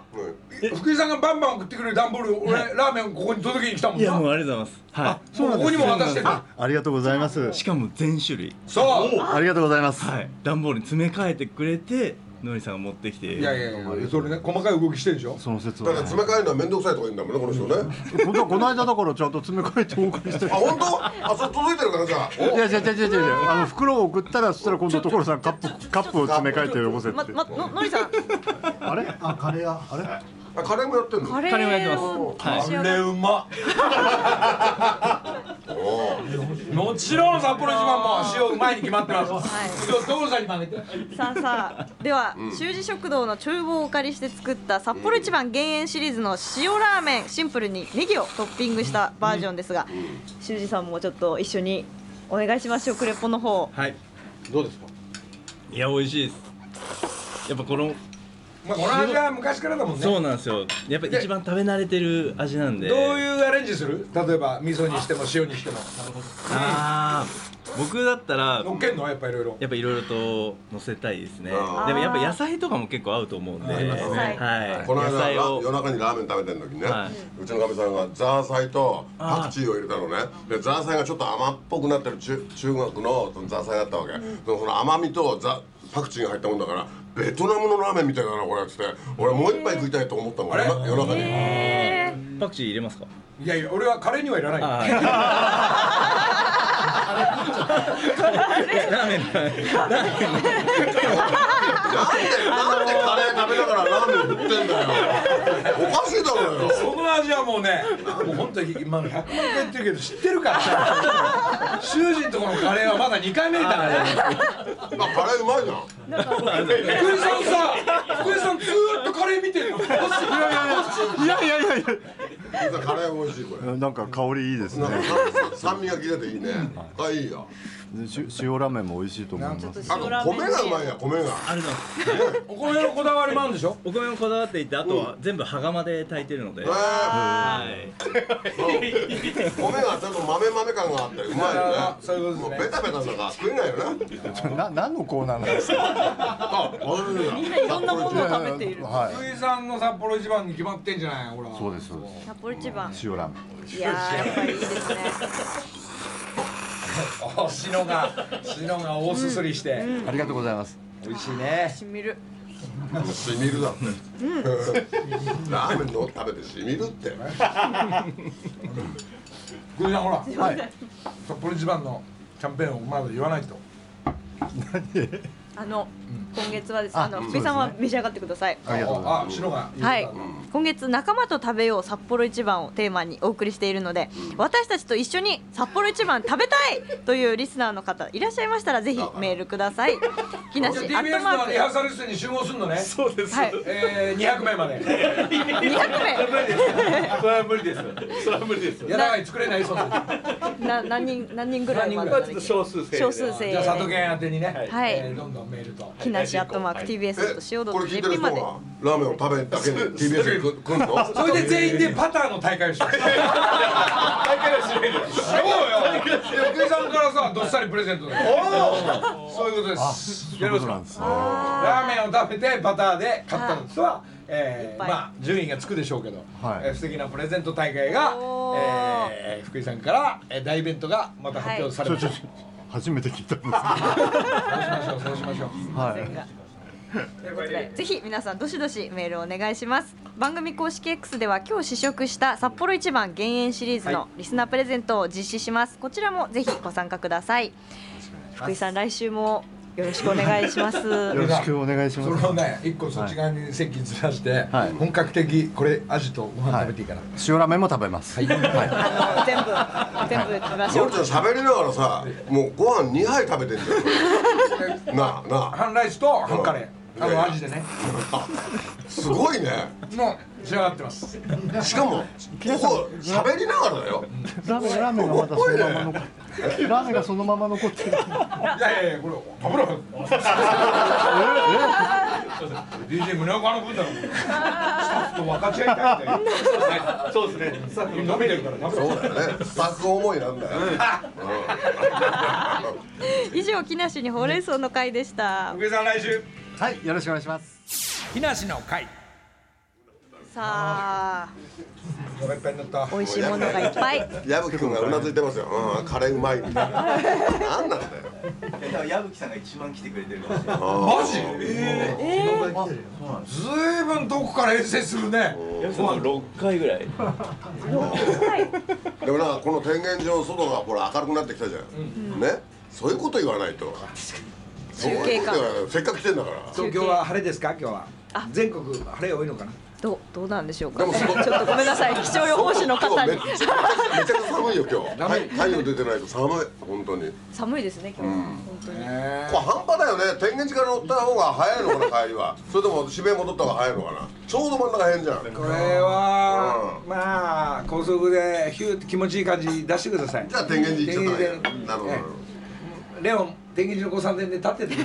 A: 福井さんがバンバン送ってくれる段ボール、俺ラーメンここに届けに来たもん
H: いやもう
A: な。
H: ありがとうございますは
A: そうなんですここにも渡してる。
I: ありがとうございます
H: いしかも全種類
A: そう。
I: ありがとうございます、
H: はい段ボールに詰め替えてくれてのりさんが持ってきて
A: いやいやいや、それね細かい動きしてるでしょ。
I: その説
C: だ
I: は
C: から詰め替えるのは面倒くさいとか言うんだもんねこの人ね。
I: このこの間だからちゃんと詰め替えてお送りしてる
C: あ本当？あそれ届いてるからじゃあ。
I: いや違う違う違う違うあの袋を送ったらそしたら今度所さんカップカップを詰め替えてよこせって、
D: ま、ま、ののりさん
I: あれあカレー屋あれ
C: あカレーもやってんの。
D: カレ
H: もやって
D: ー
H: ます
D: を
H: はい
A: あれうまっもちろん札幌一番も塩うまいに決まってます、ど所さんに負けて
D: さあさあでは、修二食堂の厨房をお借りして作った札幌一番減塩シリーズの塩ラーメンシンプルにネギをトッピングしたバージョンですが、修二さんもちょっと一緒にお願いします食レポの方
H: はい
F: どうですか
H: いや美味しいですやっぱこの
A: まあこの味は昔からだもんね
H: そう
A: ど
H: なんですよやっぱ一番食べ慣れてる味なんで
A: ういうアレンジする例えば味噌にしても塩にしても
H: あー僕だったら
A: 乗っけんのやっぱいろいろ
H: やっぱいろいろと乗せたいですねで
C: あ
D: ー
H: もやっぱ野菜とかも結構合うと思うんで、
C: りますね
H: はい
C: この間
H: 野菜
C: 夜
H: を
C: 中にラーメン食べてる時ね、
H: は
C: うちのかみさんがザーサイとパクチーを入れたのねでザーサイがちょっと甘っぽくなってる中中国のそのザーサイだったわけ、でもその甘みとザパクチーが入ったもんだからベトナムのラーメンみたいだなこれっつって俺もう一杯食いたいと思ったもん
A: あれ
C: 夜夜中に、
H: パクチー入れますか
A: いやいや俺はカレーにはいらないよ
H: あーはいラーメン
C: なんでなんでカレー食べながらラーメン食ってんだよおかしいだろうよ
A: そのの味はもうねもう本当に今の100万回言ってるけど知ってるから習字のとこのカレーはまだ2回目だから
C: あカレーうまいじゃん
A: 福井さんさ福井さんずーっとカレー見てるの
I: いやいやいやい
C: 実はカレー美味しいこれ
I: やなんか香りいいです
C: な
I: ね
C: んか酸味が切れていいねあいいよ
I: でし塩ラーメンも美味しいと思います
C: あと米がうまいや米が
H: あれだ
A: お米のこだわりもあるんでしょ
H: お米もこだわっていてあとは全部羽釜で炊いてるので、は
C: え
H: い
C: ー米がちょっと豆豆感があってうまいよね
A: そういうこと
C: もう
A: ですね
C: ベタベタなんか食えないよね
I: な何のコーナーなんですか
C: あ、忘れてた
D: みんないろんなものを食べている
I: はい
A: 福井さんの札幌一番に決まってんじゃないのほら
I: そうですそうです
D: 札幌一番
I: 塩ラーメ
D: いやーやっぱりいいです ね
A: お篠が篠が大すすりして、
I: ンありがとうございます
A: 美味しいね
D: しみる
C: しみるだって、ラーメンの食べてしみるって
A: 福井さんほら
I: はい
A: 札幌一番のキャンペーンをまだ言わないと
D: あの今月はですね
I: あ
D: あの
I: うん
D: 福井さんは召し上がってください
I: ありがとうございます
A: あ篠が言うことだ
D: はい、今月仲間と食べよう札幌一番をテーマにお送りしているので、私たちと一緒に札幌一番食べたいというリスナーの方いらっしゃいましたらぜひメールください。木
A: じゃあ
D: 梨アット
A: TBS
D: マー
A: の
D: ク
A: リハーサル室に集合するのね
F: そうです
D: はい
A: えー、200名 まで
D: 200
F: それは無理ですそれは無理です
A: やらない作れないそうです
D: 名な何人何人ぐらいまで
F: まあちょっと少数制
D: 少数制
A: じゃあ佐渡県宛てにね、
D: はい
A: えーどんどんメールと
D: 木梨アットマーク TBS と
C: え、
D: CO
C: これ聞いてる
D: JP
C: 人
D: まで。
C: はラーメンを食べるだけに TBS に来来んの
A: それで全員でパターの大会をし ます。大会をしようよ。福井さんからさ、どっさりプレゼントだよ。そういうことです。
I: そういうことなんですね
A: ラーメンを食べてバターで買ったのとは、えー、
D: ぱい
A: まあ順位がつくでしょうけど、
I: はい
A: えー素敵なプレゼント大会が、
D: おー
A: えー、福井さんから、えー、大イベントがまた発表され
I: ちょ
A: ま
I: ち
A: す、
I: ょちょ初めて聞いたんですけどは
A: そうしましょうそうしましょう
I: い
D: ということでぜひ皆さんどしどしメールをお願いします番組公式 X では今日試食した札幌一番減塩シリーズのリスナープレゼントを実施しますこちらもぜひご参加ください福井さん来週もよろしくお願いします
I: よろしくお願いし
A: そ
I: ま
A: れ
I: す
A: をね一個そっち側に席ずらして、
I: はい
A: 本格的これアジとご飯食べていいかな、
I: 塩ラーメンも食べますは
D: あの全部全部行きましょ
C: 俺
D: う
C: ちゃん喋りながらさ、もうご飯2杯食べてんだよなあなあ
A: 半ライスと半カレーあ
C: いやい
A: の
C: や
A: アジでね
C: すごいね
A: もう仕上がってます
C: しかも、ここ喋りながらだよ
I: いラーメンラーメンがまたそのまま残ってラーメンがそのまま残ってる
A: いやいやいや、これ、危ない。DJ 胸岡の分だろ。これスタッフと分かち合いたいんだよ。
F: そうですね
A: スタッフ伸びてるから、ダメだ
C: そう
A: よ
C: だよね、スタッフ思いなんだよ
D: 以上木梨にほうれん草の会でした
A: 福井さん来週。
I: はいよろしくお願いします
B: 木梨の会
D: さあ
A: お腹いっぱいになった。
D: 美味しいものがいっぱい
C: 矢吹君がうなずいてますよ、うん、カレーうまいみたいななんなんだよ
H: 矢吹さんが一番来てくれてるかもしれない
A: マジ。ずいぶんどこから遠征するね。
H: 矢吹さん6回ぐらい
C: でもなんかこの天元寺の外がほら明るくなってきたじゃん、ねそういうこと言わないとそういうこと言わ
D: 中継か
C: ないとせっかく来てんだから
A: 東京は晴れですか、今日は。全国晴れ多いのかな。
D: どうどうなんでしょうか
C: でもすごい
D: ちょっとごめんなさい気象予報士の
C: 今
D: 方
C: 日め
D: に
C: っちゃめちゃくちゃ寒いよ今 日
A: ダメ
C: 太太陽出てないと寒い本当にこ
D: 寒いですね今日は本当に
C: れ半端だよね天元寺から乗った方が早いのかな帰りはそれとも渋谷戻った方が早いのかなちょうど真ん中辺じゃん
A: これは、まあ、高速で、ヒューって気持ちいい感じ出してください
C: じ。ゃあ天元寺行っちゃ
A: 天
C: っ
A: 元
C: た
A: 寺
C: ねなるほど
A: えレオン、天気寺の交差点で立ってて。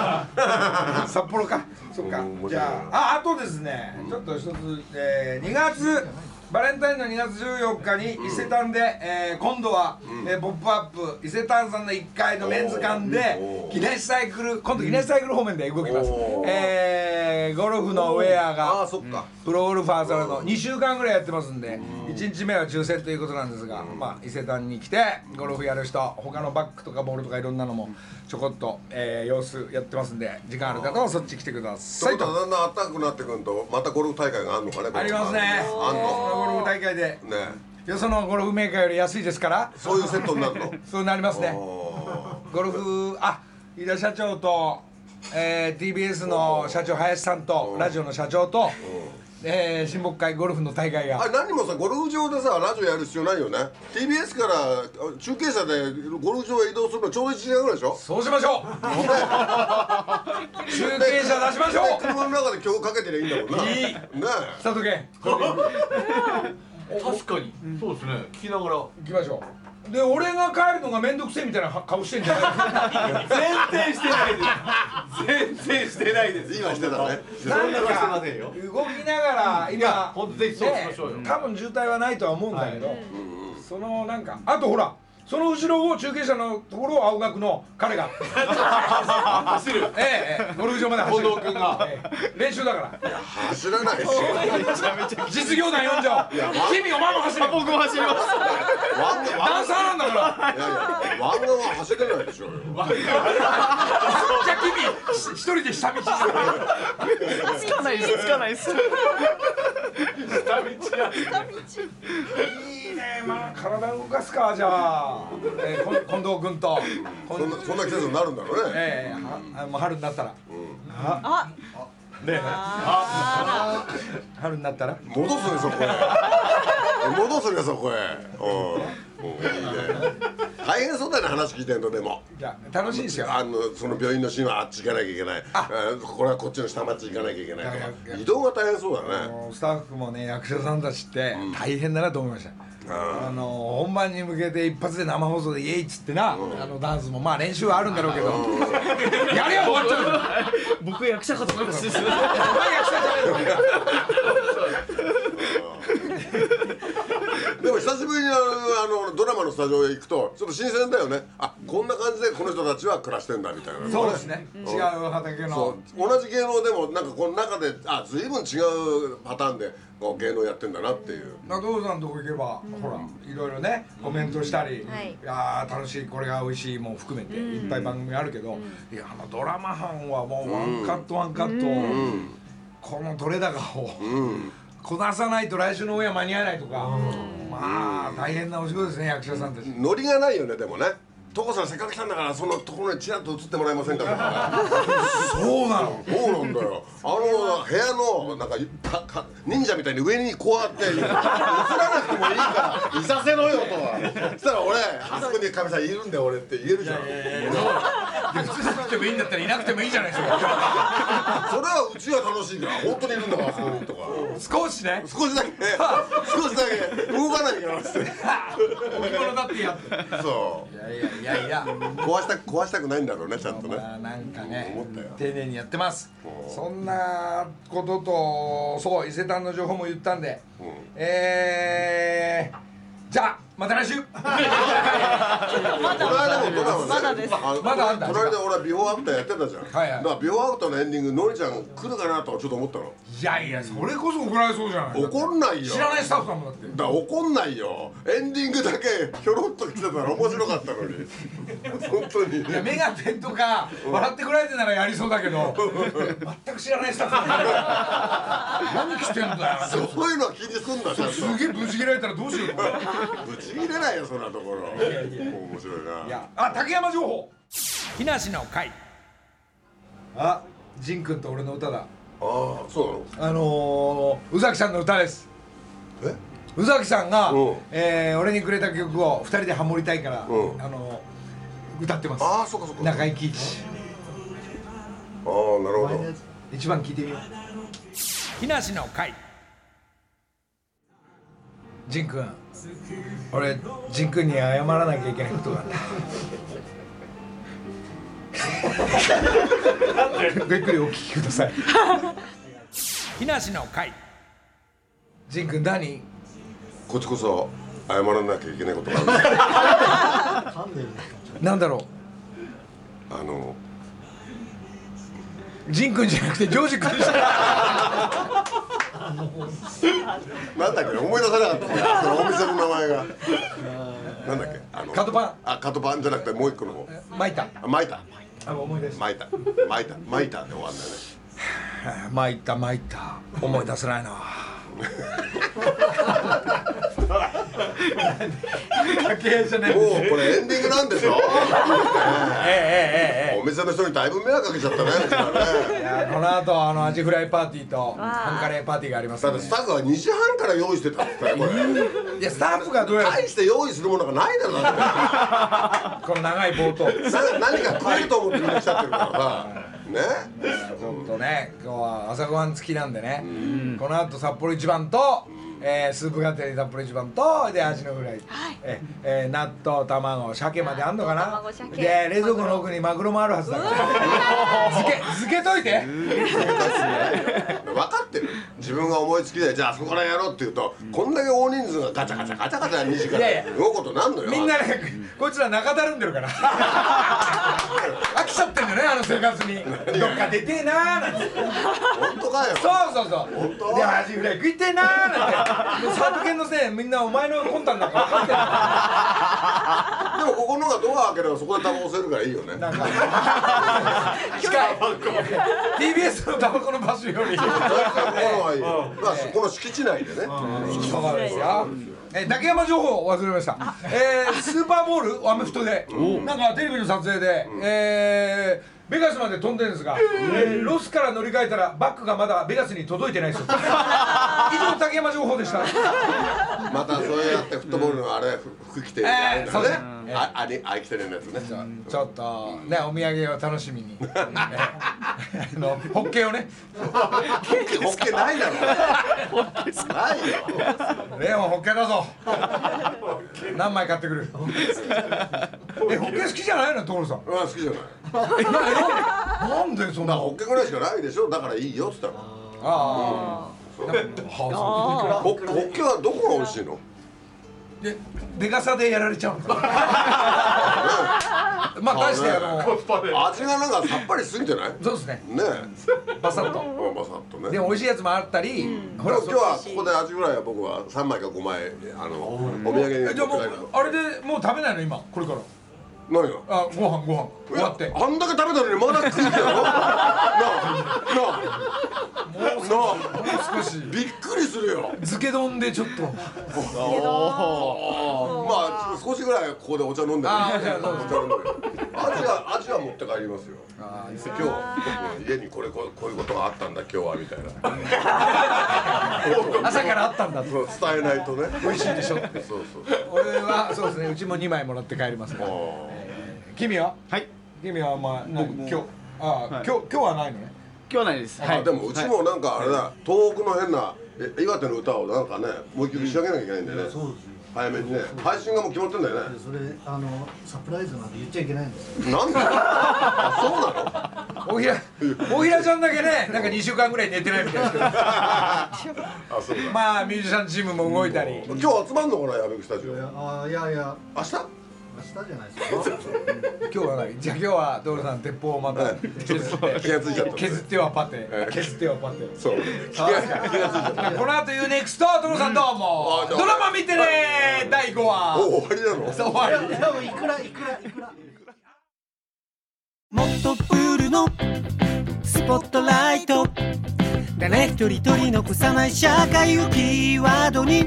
A: 札幌か。そっか
C: うん。
A: じゃあ、あ、あとですね、ちょっと一つ、えー、2月。バレンタインの2月14日に伊勢丹で、えー今度は、えーポップアップ伊勢丹さんの1階のメンズ館で
C: おー
A: 記念サイクル今度記念サイクル方面で動きます
C: おー、
A: えーゴルフのウェア
C: あ
A: が
C: あそっか、
A: プロゴルファーさんの2週間ぐらいやってますんで1日目は抽選ということなんですが、まあ、伊勢丹に来てゴルフやる人他のバッグとかボールとかいろんなのもちょこっと、えー様子やってますんで時間ある方はそっち来てくだ
C: ち
A: さ
C: ょ
A: い
C: っと
A: と
C: だんだん暖かくなってくるとまたゴルフ大会があるのかねこれ
A: ありますね
C: あん
A: その
C: の
A: ゴルフ大会で
C: ね
A: よそのゴルフメーカーより安いですから
C: そういうセットになるの
A: そうなりますね
C: お
A: ゴルフあ飯田社長と、えー TBS の社長林さんとラジオの社長とえー、親睦会ゴルフの大会が
C: あれ何もさゴルフ場でさラジオやる必要ないよね TBS から中継車でゴルフ場へ移動するのちょうど1時間ぐらいでしょ
A: そうしまし ょう中継車出しましょ
C: で
A: う
C: 車の中で曲かけてりゃいいんだもんないいね
A: 佐 藤健
F: 確かに、そうですね聞きながら
A: 行きましょうで俺が帰るのが面倒くせえみたいな顔してんじゃ ない
F: 全然してないです全然してないです
C: え今してたねしてた
A: な
C: ね
A: んか動きながら今
F: ほんとぜひそうしましょうよ、
A: ね多分渋滞はないとは思うんだけど、そのなんかあとほらその後ろを中継車のところを青学の 彼が
F: 走る
A: え えええゴルフ場まで走る
F: 近藤君が
A: ええ練習だから
C: 走らないし
A: 実業団4条君お前も走れ
E: 僕も走ります
C: ワンガン
A: ダンサーなんだから
C: いやいやワンガンは走れないでしょうよ
A: じゃあ君し一人で下道してる
E: つかないですつかないです
A: いいねまあ体動かすかじゃあ、ええこん近藤君と近
C: そんなそんな季節になるんだろうね
A: ええはあもう春になったら、
D: あ
A: 春になったら
C: 戻すねそこへ戻すねそこへうんうんいいね大変そうだね話聞いてんのでも
A: じゃあ楽しいですよ
C: あのその病院のシーンはあっち行かなきゃいけないあこれはこっちの下町行かなきゃいけない
A: いや
C: と
A: いや
C: か移動が大変そうだね
A: もうスタッフもね役者さんたちって大変だなと思いました、あの本番に向けて一発で生放送でイエイっつってな、あのダンスもまあ練習はあるんだろうけど、やれよ終わっちゃうよ
E: 僕役者かと思いました
A: お前役者じゃね
C: でも久しぶりにあのあのドラマのスタジオへ行くとちょっと新鮮だよねあこんな感じでこの人たちは暮らしてんだみたいな
A: えそうですね、違う畑
C: そ
A: の
C: う同じ芸能でもなんかこの中であ随分違うパターンでこう芸能やってんだなっていう
A: 中尾さんのとこ行けば、ほらいろいろねコメントしたり、
D: はい
A: いやー楽しいこれが美味しいも含めて、いっぱい番組あるけど、いやあのドラマ班はもうワンカットワンカット、この取れ高を、こなさないと来週のオンエア間に合わないとか、まあ大変なお仕事ですね役者さんたち、
C: ノリがないよねでもね「所さんせっかく来たんだからそのところにちらっと映ってもらえませんか」とか
A: そうなの
C: そうなんだよあの部屋のなんかたか忍者みたいに上にこうやって映らなくてもいいからいさせろよとそしたら俺あそこにかみさんいるんだよ俺って言えるじゃん
A: いや普通なくてもいいんだったらいなくてもいいじゃないですか
C: それはうちは楽しいから本当にいるんだからあそこにとか
A: 少しね
C: 少しだけ少しだけ動かないからっつって
A: 置物だってやって
C: そ
A: いやいやいやいや
C: う壊した壊したくないんだろうねちゃんとね
A: まあなんかね
C: 思ったよ
A: 丁寧にやってますそんなこととそう伊勢丹の情報も言ったんで、えー、じゃあまた来週
C: この間もドラマね
D: まだです
C: あの
A: まだあんだ
C: この間俺はビフォーアフターやってたじゃん
A: はいはい
C: だからビフォーアフターのエンディングのりちゃん来るかなとはちょっと思ったの
A: いやいやそれこそ怒られそうじゃない
C: 怒んないよ
A: 知らないスタッフさんもだって
C: だから怒んないよエンディングだけひょろっと来てたら面白かったのに本当に
A: いやメガテンとか笑ってくられてならやりそうだけど全く知らないスタッフさんだから何来てんだよ
C: そういうのは気にすんだちゃんと
A: すげえぶち切られたらどうしようと思う
C: ぶち切れないよそんなところ面白いない
A: やあ竹山情報
B: 木梨の会
A: あ仁君と俺の歌だ
C: ああそう
A: あのー、宇崎さんの歌です
C: なのえ
A: 宇崎さんが
C: うん、
A: えー俺にくれた曲を二人でハモりたいから、
C: うん
A: あのー歌ってます
C: ああそうかそうかああな
A: 中
C: る
A: 井貴一
C: ほど
A: 一番聴いてみよう
B: 木梨の会
A: 仁君俺仁君に謝らなきゃいけないことがあったごゆっくりお聞きください
B: 木梨の会
A: 仁君何
C: こっちこそ謝らなきゃいけないことがあるんだよ
A: なんだろ
C: あの
A: う仁君じゃなくてジョージ君でした
C: なんだっけ思い出さなかったそのお店の名前がなんだっけあの
A: カトパン
C: あカトパンじゃなくてもう一個の方
A: 巻いた
C: あ巻いた
A: あ思い出した
C: 巻いた巻いた巻いたで終わんだよね
A: 参った参った思い出せないな
C: もうこれエンディングなんでしょ
A: えええええ
C: お店の人にだいぶ迷惑かけちゃったねうちは
A: えい
C: ね
A: やこの後あのアジフライパーティーと
D: あ
A: ハンカレーパーティーがあります
C: だっ
A: ね
C: てスタッフは2時半から用意してたって言ったよこれ
A: いやスタッフがどうやら
C: 大して用意するものがないだろだって
A: この長い冒頭ち
C: さ何か食えると思ってみんな来ちゃってるからさね
A: ょっとね今日は朝ごはん付きなんでねこの後札幌一番と、えー、スープがてり札幌一番とでアジのフライ、えーえー納豆卵鮭まであんのかな
D: 卵鮭
A: で冷蔵庫の奥にマグロもあるはずだから漬け漬けといて
C: 分かってる自分が思いつきでじゃああそこからやろうって言うと、こんだけ大人数がガチャガチャガチャガチャ2時か
A: いやい
C: ら
A: や
C: 動くことなんのよ
A: みんなねこいつら中だるんでるから飽きちゃってんだよねあの生活にどっか出てえなーなんて
C: 本当かよ
A: そうそうそう
C: 本当
A: でもアジフライ食いてえなーなんてサーブ犬のせいみんなお前の魂胆なんか分かってない
C: でもここのがドア開ければそこでタバコ吸えるからいいよね
A: なんか近い TBS のタバコの場所より
C: はいまあ、この敷地内でね。
A: そうですよえ竹山情報忘れました、えー、スーパーボールアメフトでなんかテレビの撮影で、えーベガスまで飛んでるんですが、えーロスから乗り換えたらバックがまだベガスに届いてない そうです以上竹山情報でした
C: またそうやってフットボールのあれ服着てやるんだ
A: ええ
C: ね。ああれあれ着てるやつね。
A: ちょっとねお土産を楽しみにえ ーあのホッケをね
C: ホッケホッケないだろ。ないよ。
A: レオンホッケだ ぞ何枚買ってくるえホッケ好きじゃないの所さん
C: まあ好きじゃない。
A: なんでそん
C: ま
A: な
C: あホッケぐらいしかないでしょ。だからいいよっつったの。ホ
A: ああは
C: ッホッケはどこが美味しいの？
A: あででかさでやられちゃうんだ まあ大してあの
C: 味がなんかさっぱりしすぎてない？ね
A: そうですね
C: え。
A: バサッ
C: ま
A: と
C: あまあさっとね。
A: で
C: で
A: も
C: も
A: 美味しいやつもあったり、ほら
C: 今日はここでアジフライは僕は三枚か五枚あのお土産に持って
A: えじゃあも
C: 帰る
A: うあれでもう食べないの今これから
C: 何が？
A: あご飯ご飯終わって
C: あんだけ食べたのにまだ食うんだよなあなあなあ
A: 少し
C: びっくりするよ
A: 漬け丼でちょっと
C: まあ少しぐらいここでお茶飲んでもいい
A: あーじゃあどうぞ
C: お茶飲んで味は味は持って帰りますよ今日家にこれこうこういうことがあったんだ今日はみたいな
A: 朝からあったんだ
C: そう伝えないとね美味しいでしょそうそうそう
A: 俺はそうですねうちも2枚もらって帰りますね君は
E: はい
A: 君はまあ僕
E: 僕も
A: 今日あ、
E: はい
A: 今日今日はないのね
E: 今日はないですは
C: あ
E: い
C: でもうちもなんかあれだ東北の変なえ岩手の歌をなんかねもう一曲仕上げなきゃいけないんだよね
G: そうですよ
C: 早めにね配信がもう決まってんだよね
G: それあのサプライズなんて言っちゃいけないんですよ
C: なんであ
A: 大平大平ちゃんだけ ねなんか2週間ぐらい寝てないみたいですけど
C: そうなのあそうだ
A: まあミュージシャンチームも動いたり、
C: 今日集まんのかな矢部スタジオ
G: い
C: 明
G: やあいやいや
C: 日
G: 明日じゃないですか
A: 今日はないじゃあ今日はドルさん鉄砲をまた削って
C: 気がついちゃった
A: 削ってはパテ削ってはパテ
C: そう気が気がついちゃった
A: この後 UNEXT 所さんどうも
C: あどうも
A: ドラマ見てね第5話
C: お終わりなの
A: 終わり
G: いや多分いくらいくらいくら
J: もっとプールのスポットライト誰一人取り残さない社会をキーワードに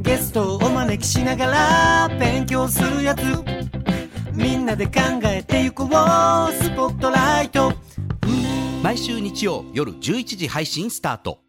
J: ゲストをお招きしながら勉強するやつみんなで考えてゆこうスポットライト毎週日曜夜11時配信スタート